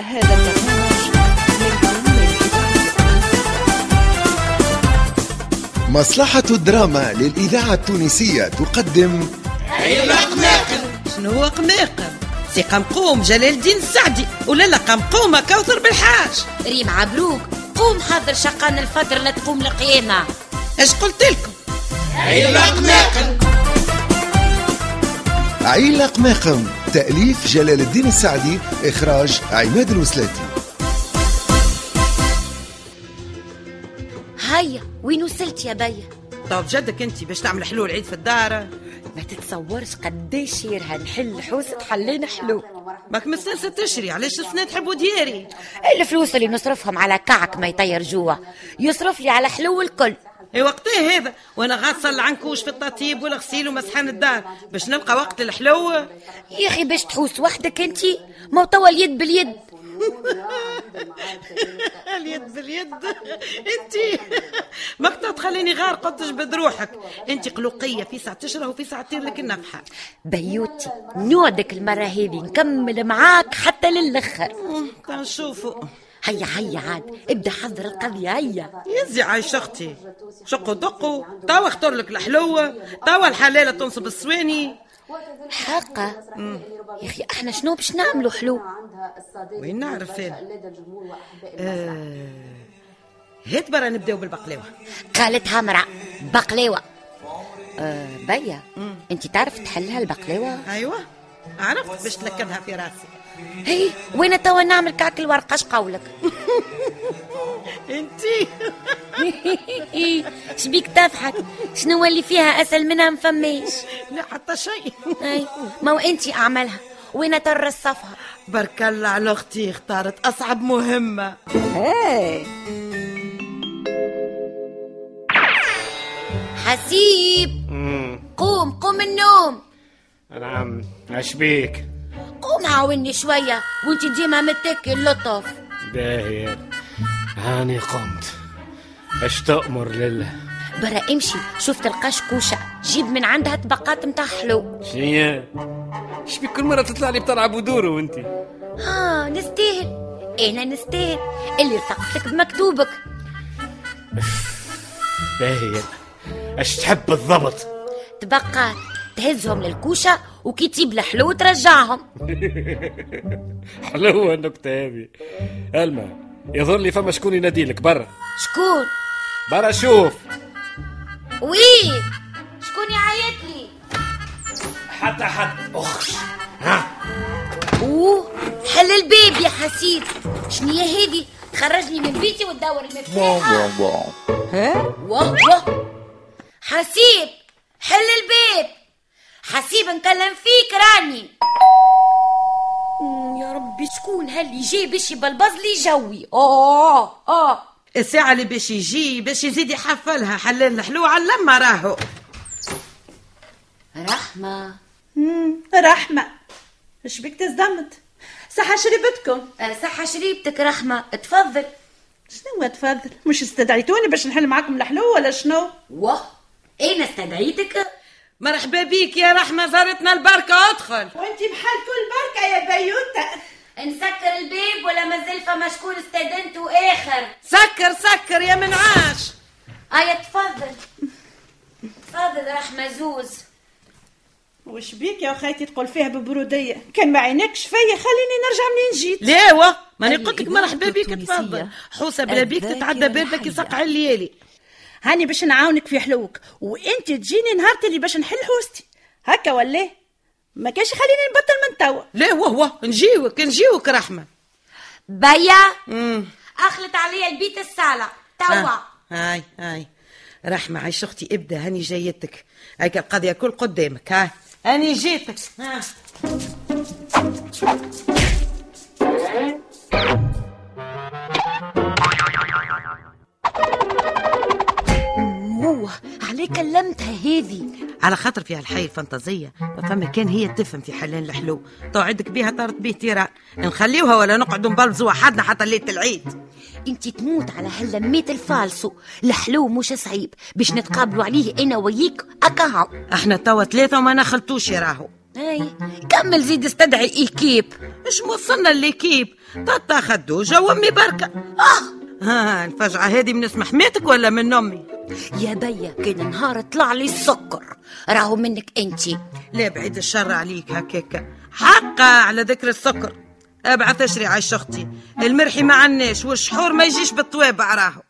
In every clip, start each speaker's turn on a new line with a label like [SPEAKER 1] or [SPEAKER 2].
[SPEAKER 1] هذا البرنامج يأتيكم من إذاعة
[SPEAKER 2] مصلحة الدراما للإذاعة التونسية تقدم
[SPEAKER 3] شنو هو قماقم سي قمقوم جلال الدين السعدي ولا لا قمقومه كوثر بالحاج
[SPEAKER 4] ريم عبروك قوم حضر شقان الفطر لا تقوم القيامة
[SPEAKER 3] اش قلت لكم
[SPEAKER 2] عيلق ماقم تأليف جلال الدين السعدي إخراج عماد الوسلاتي
[SPEAKER 4] هيا وين وصلت يا بيا
[SPEAKER 3] طب جدك انت باش تعمل حلول عيد في الدار
[SPEAKER 5] ما تتصورش قداش شيرها نحل حوسة حلين حلو
[SPEAKER 3] ماك من السنه تشري علاش السنه تحبوا دياري
[SPEAKER 5] الفلوس اللي نصرفهم على كعك ما يطير جوا يصرف لي على حلو الكل
[SPEAKER 3] اي وقتها هذا وانا غاصه العنكوش في التطيب والغسيل ومسحان الدار باش نلقى وقت الحلو
[SPEAKER 5] يا اخي باش تحوس وحدك انتي ما توا اليد باليد
[SPEAKER 3] اليد باليد انت ماك تخليني غار قدش بد روحك انت قلوقيه في ساعه تشره وفي ساعه تطير لك النفحه
[SPEAKER 5] بيوتي نودك المرة هذه نكمل معاك حتى للآخر
[SPEAKER 3] تنشوفوا
[SPEAKER 5] هيا هيا عاد ابدا حضر القضية هيا
[SPEAKER 3] يزي عايش اختي شقوا دقوا توا اختر لك الحلوة توا الحلالة تنصب الصواني
[SPEAKER 5] حقا يا اخي احنا شنو باش نعملوا حلو
[SPEAKER 3] وين نعرف انا آه، هات برا نبداو بالبقلاوة
[SPEAKER 5] قالتها امرأة بقلاوة آه بيا انت تعرف تحلها البقلاوة
[SPEAKER 3] ايوه عرفت باش تلكمها في راسي
[SPEAKER 5] هي وين توا نعمل كعك الورقه اش قولك
[SPEAKER 3] انتي
[SPEAKER 5] إيه، شبيك تضحك شنو اللي فيها اسهل منها ما فماش
[SPEAKER 3] لا حتى شيء
[SPEAKER 5] أي، ما هو انتي اعملها وين تر الصفها
[SPEAKER 3] بارك الله على اختي اختارت اصعب مهمة
[SPEAKER 4] حسيب قوم قوم النوم
[SPEAKER 6] نعم اش بيك
[SPEAKER 4] قوم عاوني شوية وانت ديما متكل لطف
[SPEAKER 6] باهي هاني قمت اش تأمر لله
[SPEAKER 5] برا امشي شوف تلقى شكوشه جيب من عندها طبقات متاع حلو
[SPEAKER 6] شنيا اش بيك كل مرة تطلع لي بتلعب ودور وانت
[SPEAKER 5] اه نستاهل انا نستاهل اللي لصقت لك بمكتوبك
[SPEAKER 6] باهي اش تحب بالضبط
[SPEAKER 5] طبقات تهزهم للكوشه وكي تجيب الحلو ترجعهم
[SPEAKER 6] حلوة النكتة هذه المهم يظهر لي فما شكون يناديلك برا
[SPEAKER 5] شكون
[SPEAKER 6] برا شوف
[SPEAKER 4] وي شكون يعيط لي
[SPEAKER 6] حتى حد اخش ها
[SPEAKER 4] اوه حل الباب يا حسيب شنية هذه تخرجني من بيتي وتدور المفتاح واه واه حسيب حل الباب حسيب نكلم فيك راني أوه، يا ربي شكون هاللي جاي باش يبلبز لي جوي اه اه
[SPEAKER 3] الساعة اللي باش يجي باش يزيد يحفلها حلال الحلوة على لما راهو
[SPEAKER 5] رحمه
[SPEAKER 7] رحمة اش بك تزدمت صحة شربتكم
[SPEAKER 4] أه،
[SPEAKER 5] آه، صحه شريبتك رحمه تفضل
[SPEAKER 7] شنو تفضل مش استدعيتوني باش نحل معاكم الحلو ولا شنو
[SPEAKER 5] واه انا استدعيتك
[SPEAKER 3] مرحبا بيك يا رحمة زارتنا البركة ادخل
[SPEAKER 7] وانت بحال كل بركة يا بيوتة
[SPEAKER 4] نسكر الباب ولا مازال فما شكون استدنته اخر
[SPEAKER 3] سكر سكر يا منعاش
[SPEAKER 4] ايا تفضل تفضل رحمة زوز
[SPEAKER 7] وش بيك يا خيتي تقول فيها ببرودية كان ما عينكش فيا خليني نرجع منين جيت
[SPEAKER 3] لا واه ماني قلت لك مرحبا بيك
[SPEAKER 1] الإذاعة
[SPEAKER 3] تفضل
[SPEAKER 1] التونسية.
[SPEAKER 3] حوسه بلا بيك
[SPEAKER 1] الذاكرة
[SPEAKER 3] تتعدى بابك
[SPEAKER 1] الحية.
[SPEAKER 3] يسقع الليالي
[SPEAKER 7] هاني باش نعاونك في حلوك وانت تجيني نهار اللي باش نحل حوستي هكا ولا ما كانش خليني نبطل من توا
[SPEAKER 3] لا واه واه نجيوك نجيوك رحمه
[SPEAKER 4] بيا
[SPEAKER 3] امم
[SPEAKER 4] اخلط عليا البيت السالة توا
[SPEAKER 3] آه. هاي هاي رحمه عايش اختي ابدا هاني جايتك هيك القضيه كل قدامك هاي هاني جيتك ها.
[SPEAKER 5] موه عليك كلمتها هذي
[SPEAKER 3] على خاطر فيها الحي الفانتازيه ما فما كان هي تفهم في حلان الحلو توعدك بيها طارت بيه تيران نخليوها ولا نقعدوا نبلزوا وحدنا حتى ليله العيد
[SPEAKER 5] انت تموت على هاللميت الفالسو الحلو مش صعيب باش نتقابلوا عليه انا وياك اكاهو
[SPEAKER 3] احنا توا ثلاثه وما نخلطوش راهو
[SPEAKER 5] اي كمل زيد استدعي ايكيب
[SPEAKER 3] مش وصلنا الليكيب تاتا خدوجة وامي بركة اه ها الفجعة هذه من اسم حماتك ولا من امي؟
[SPEAKER 5] يا بيا كان نهار طلع لي السكر راهو منك انتي
[SPEAKER 3] لا بعيد الشر عليك هكاكا حقا على ذكر السكر ابعث اشري عيش اختي المرحي ما عناش والشحور ما يجيش أه؟ بالطوابع راهو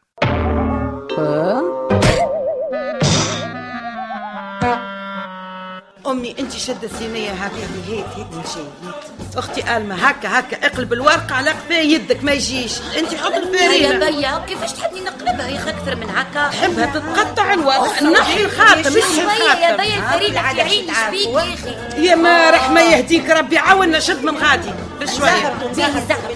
[SPEAKER 3] امي انت شد الصينيه هكا هيت هيت مشيت اختي الما هكا هكا اقلب الورق على قفا يدك ما يجيش انت حط
[SPEAKER 5] يا
[SPEAKER 3] الفرينه
[SPEAKER 5] بيا كيفاش تحبني نقلبها يا اخي اكثر من هكا
[SPEAKER 3] نحبها تتقطع الورق نحي الخاتم
[SPEAKER 5] شو
[SPEAKER 3] نحي
[SPEAKER 5] شويه يا بيا
[SPEAKER 3] الخاتم
[SPEAKER 5] الفريد على عين شبيك يا اخي
[SPEAKER 3] يا ما رحمه يهديك ربي عاونا شد من غادي بشويه
[SPEAKER 5] باهي الزهر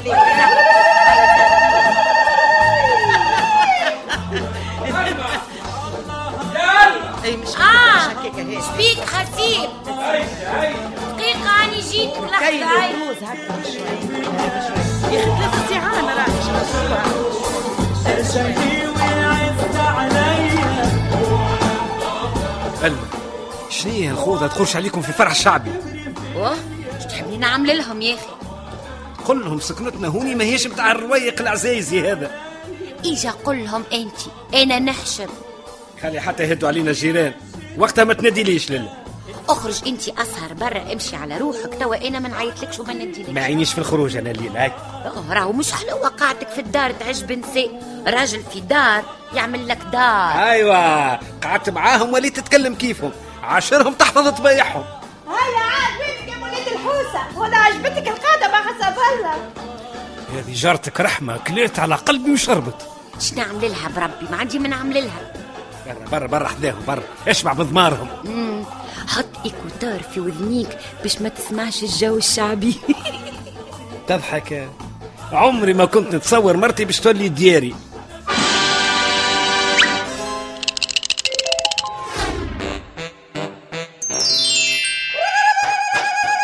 [SPEAKER 3] اي مش
[SPEAKER 5] آه.
[SPEAKER 3] مش هكاك هي
[SPEAKER 5] شبيك خسيب دقيقة أني جيت
[SPEAKER 3] كاين
[SPEAKER 5] لحظة هاي
[SPEAKER 3] الكروز هكا شويه يا اخي ثلاث ساعات راهي
[SPEAKER 6] ألما شنو هي الخوذة تخرج عليكم في الفرح الشعبي
[SPEAKER 5] واه مش تحبني نعمل لهم يا أخي
[SPEAKER 6] قل لهم سكنتنا هوني ماهيش متاع الرويق العزايزي هذا
[SPEAKER 5] إيجا قل لهم أنتي أنا نحشم
[SPEAKER 6] خلي حتى يهدوا علينا الجيران وقتها ما تناديليش لله
[SPEAKER 5] اخرج انت اسهر برا امشي على روحك توا انا ما نعيطلكش وما نديلكش
[SPEAKER 6] ما عينيش في الخروج انا الليل هاي
[SPEAKER 5] اه راهو مش حلوه قاعدتك في الدار تعجب نساء راجل في دار يعمل لك دار
[SPEAKER 6] ايوا أيوة، قعدت معاهم وليت تتكلم كيفهم عاشرهم تحفظ طبايعهم
[SPEAKER 8] هيا عاد وينك يا وليد الحوسه ولا عجبتك القاعده ما خسابها
[SPEAKER 6] هذه جارتك رحمه كليت على قلبي وشربت
[SPEAKER 5] اش نعمل لها بربي ما عندي ما نعمل لها
[SPEAKER 6] برا برا برا حذاهم برا اشبع بضمارهم
[SPEAKER 5] مم. حط ايكوتار في وذنيك باش ما تسمعش الجو الشعبي
[SPEAKER 6] تضحك عمري ما كنت نتصور مرتي باش تولي دياري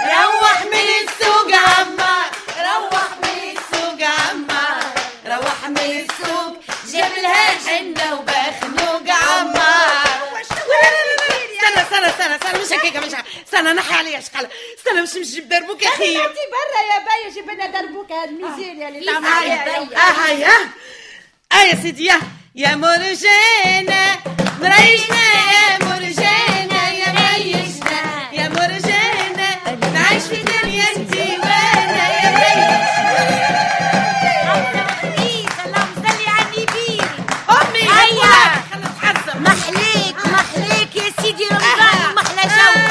[SPEAKER 3] روح من السوق عمار روح من السوق عمار روح من السوق جاب لها حنة وبخنوق عمار استنى استنى استنى استنى مش هكاك مش هكاك استنى نحي عليا شقلة استنى مش نجيب دربوك يا
[SPEAKER 8] خلي
[SPEAKER 3] اخي
[SPEAKER 8] انتي برا يا بايا جيب لنا دربوك هاد الميزيريا
[SPEAKER 7] إيه،
[SPEAKER 8] اللي
[SPEAKER 3] Ah,
[SPEAKER 5] يا
[SPEAKER 7] آه،
[SPEAKER 8] تعمل
[SPEAKER 5] بايا.
[SPEAKER 8] عليها.
[SPEAKER 3] اه يا اه يا سيدي يا يا مرجانة مريجنا يا مرجانة يا مريجنا يا مرجانة نعيش في دنيا انت وانا يا مريجنا
[SPEAKER 5] اللهم صلي على النبي
[SPEAKER 3] امي
[SPEAKER 5] هيا.
[SPEAKER 3] هيا خلنا نتحسن
[SPEAKER 5] محليك محليك يا سيدي رمضان محلى جو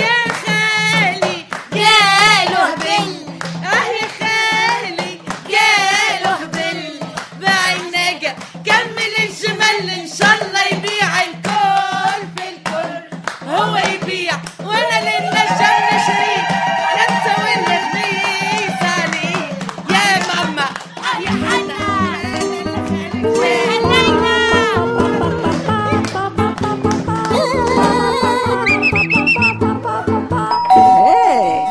[SPEAKER 3] يا خالي قالوا هبل اه يا خالي قالوا هبل باع النجا كمل الجمل ان شاء الله يبيع الكل في الكل هو يبيع وانا اللي نجم نشري لا تسوي لنا خميس عليه يا ماما آه يا حنا
[SPEAKER 6] ايوا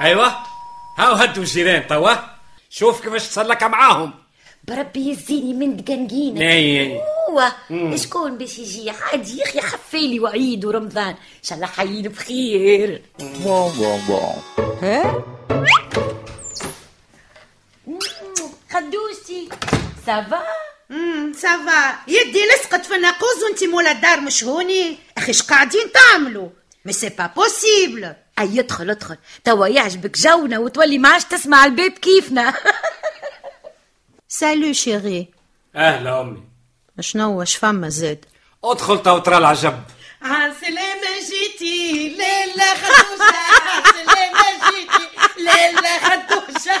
[SPEAKER 6] أيوة. هاو هدوا الجيران توا شوف كيفاش تسلك معاهم
[SPEAKER 5] بربي يزيني من دقنقينك
[SPEAKER 6] ناي
[SPEAKER 5] هو شكون باش يجي عادي يا اخي حفالي وعيد ورمضان ان شاء الله حيين بخير خدوشتي سافا
[SPEAKER 7] امم سافا يدي لصقت في الناقوز وانت مولا الدار مش هوني اخي اش قاعدين تعملوا مي سي با بوسيبل
[SPEAKER 5] اي ادخل ادخل توا يعجبك جونا وتولي ما عادش تسمع الباب كيفنا
[SPEAKER 9] سالو شيري
[SPEAKER 6] اهلا امي
[SPEAKER 9] شنو واش فما زاد
[SPEAKER 6] ادخل تو ترى العجب
[SPEAKER 3] عسلامة جيتي ليلة خدوشة عسلامة جيتي ليلة خدوشة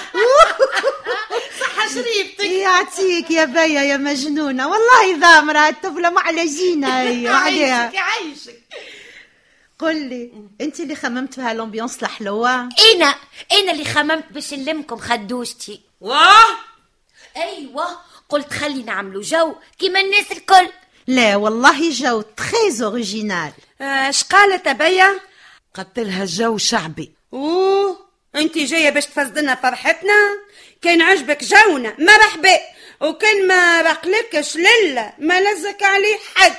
[SPEAKER 3] صحة شريبتك
[SPEAKER 9] يعطيك يا بيا يا مجنونة والله ذامرة الطفلة ما على جينا هي عليها
[SPEAKER 3] يعيشك يعيشك
[SPEAKER 9] قل لي انت اللي خممت بها الامبيونس الحلوة
[SPEAKER 5] انا انا اللي خممت باش نلمكم خدوشتي
[SPEAKER 3] واه
[SPEAKER 5] ايوه قلت خلي نعملوا جو كيما الناس الكل
[SPEAKER 9] لا والله جو تريز اوريجينال
[SPEAKER 7] اش قالت ابيا
[SPEAKER 3] قلت لها جو شعبي
[SPEAKER 7] اوه انت جايه باش تفسدنا فرحتنا كان عجبك جونا مرحبا
[SPEAKER 3] وكان ما رقلكش لله ما لزك عليه حد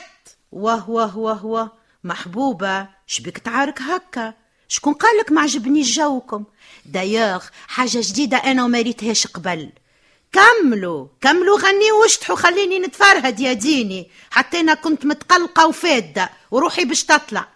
[SPEAKER 7] واه واه واه واه محبوبة شبيك تعارك هكا شكون قالك ما عجبنيش جوكم دايوغ حاجة جديدة أنا وما ريتهاش قبل كملوا كملوا غنيوا واشتحوا خليني نتفرهد يا ديني حتى أنا كنت متقلقة وفادة وروحي باش تطلع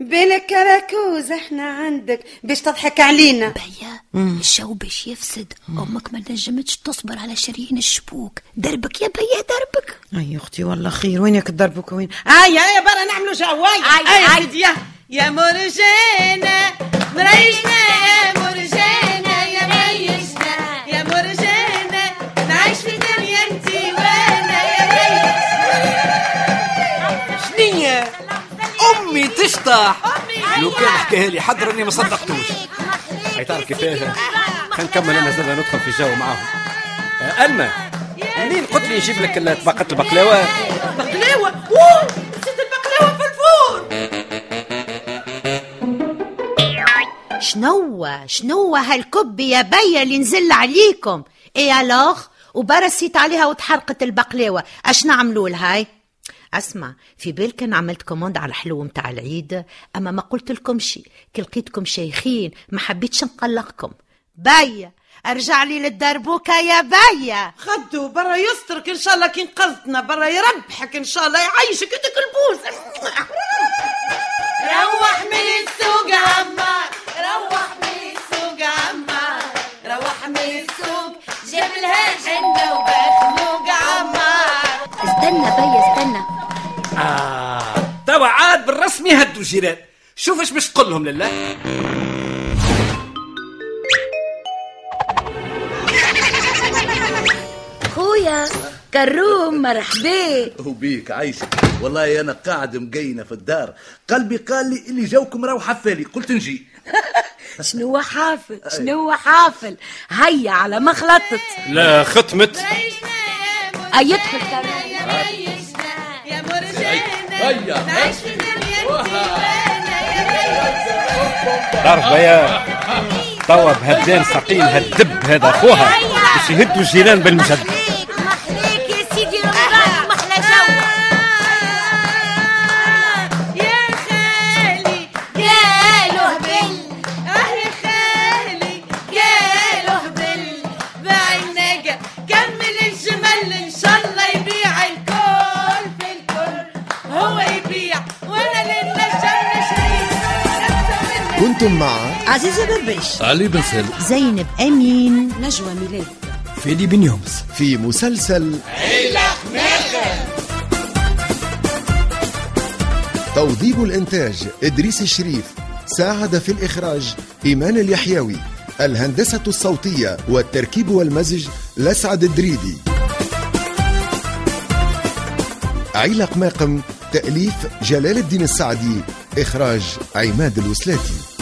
[SPEAKER 3] بالك كراكوز احنا عندك باش تضحك علينا
[SPEAKER 5] بيا الجو باش يفسد امك ما نجمتش تصبر على شريين الشبوك دربك يا بيا دربك
[SPEAKER 7] أي أختي والله خير وينك ضربك وين
[SPEAKER 3] آه،
[SPEAKER 7] آي آي برا نعملوا جوايا
[SPEAKER 3] اي بديا آه، يا مرجانة مريجنا يا مرجانة يا مريجنا يا مرجانة نعيش في دنيا انتي وانا يا مريجنا
[SPEAKER 10] شنية امي تشطح لو كان حكاها لي حد راني ما صدقتوش
[SPEAKER 6] هاي تعرف كيفاش خلينا نكمل انا زاد ندخل في الجو معاهم آه، الما منين قلت لي نجيب لك ال- طبقه البقلاوه
[SPEAKER 3] بقلاوة اوه نسيت البقلاوة في الفور
[SPEAKER 7] شنو شنو هالكب يا بيا اللي نزل عليكم ايه الوغ وبرسيت عليها وتحرقت البقلاوه اش نعملوا هاي اسمع في بالك انا عملت كوموند على الحلو متاع العيد اما ما قلت لكمش كي لقيتكم شيخين ما حبيتش نقلقكم بيا ارجع لي للدربوكه يا بيا
[SPEAKER 11] خدو برا يسترك ان شاء الله كي نقذتنا برا يربحك ان شاء الله يعيشك يدك البوس
[SPEAKER 3] روح من السوق عمار روح من السوق عمار روح من السوق جاب لها جنة وبخنوق عمار
[SPEAKER 5] استنى بيا استنى
[SPEAKER 6] آه توا عاد بالرسمي هدوا الجيران شوف اش باش تقول لهم لله
[SPEAKER 5] خويا كروم مرحبا
[SPEAKER 10] وبيك عايشة والله انا قاعد مقينه في الدار قلبي قال لي اللي جوكم راهو حفالي قلت نجي
[SPEAKER 5] شنو حافل شنو حافل هيا على ما خلطت
[SPEAKER 6] لا ختمت
[SPEAKER 5] اي ادخل كروم
[SPEAKER 3] يا مرجانة
[SPEAKER 10] هيا.
[SPEAKER 3] نعيش في دنيا انتي وانا
[SPEAKER 6] تعرف بيا توا بهدان ثقيل هالدب هذا اخوها باش يهدوا الجيران بالمجد
[SPEAKER 12] محليك يا سيدي رمضان محلى جو
[SPEAKER 13] يا خالي قالوا هبل اه يا خالي قالوا هبل بعنا جا كمل الجمل ان شاء الله يبيع الكل في الكل هو يبيع وانا للنجم نشري
[SPEAKER 2] كنتم مع
[SPEAKER 7] عزيزه بربش
[SPEAKER 10] علي بن سالم
[SPEAKER 7] زينب امين
[SPEAKER 5] نجوى ميلاد
[SPEAKER 10] فيدي بن يونس
[SPEAKER 2] في مسلسل توظيف الإنتاج إدريس الشريف ساعد في الإخراج إيمان اليحيوي الهندسة الصوتية والتركيب والمزج لسعد الدريدي عيلق ماقم تأليف جلال الدين السعدي إخراج عماد الوسلاتي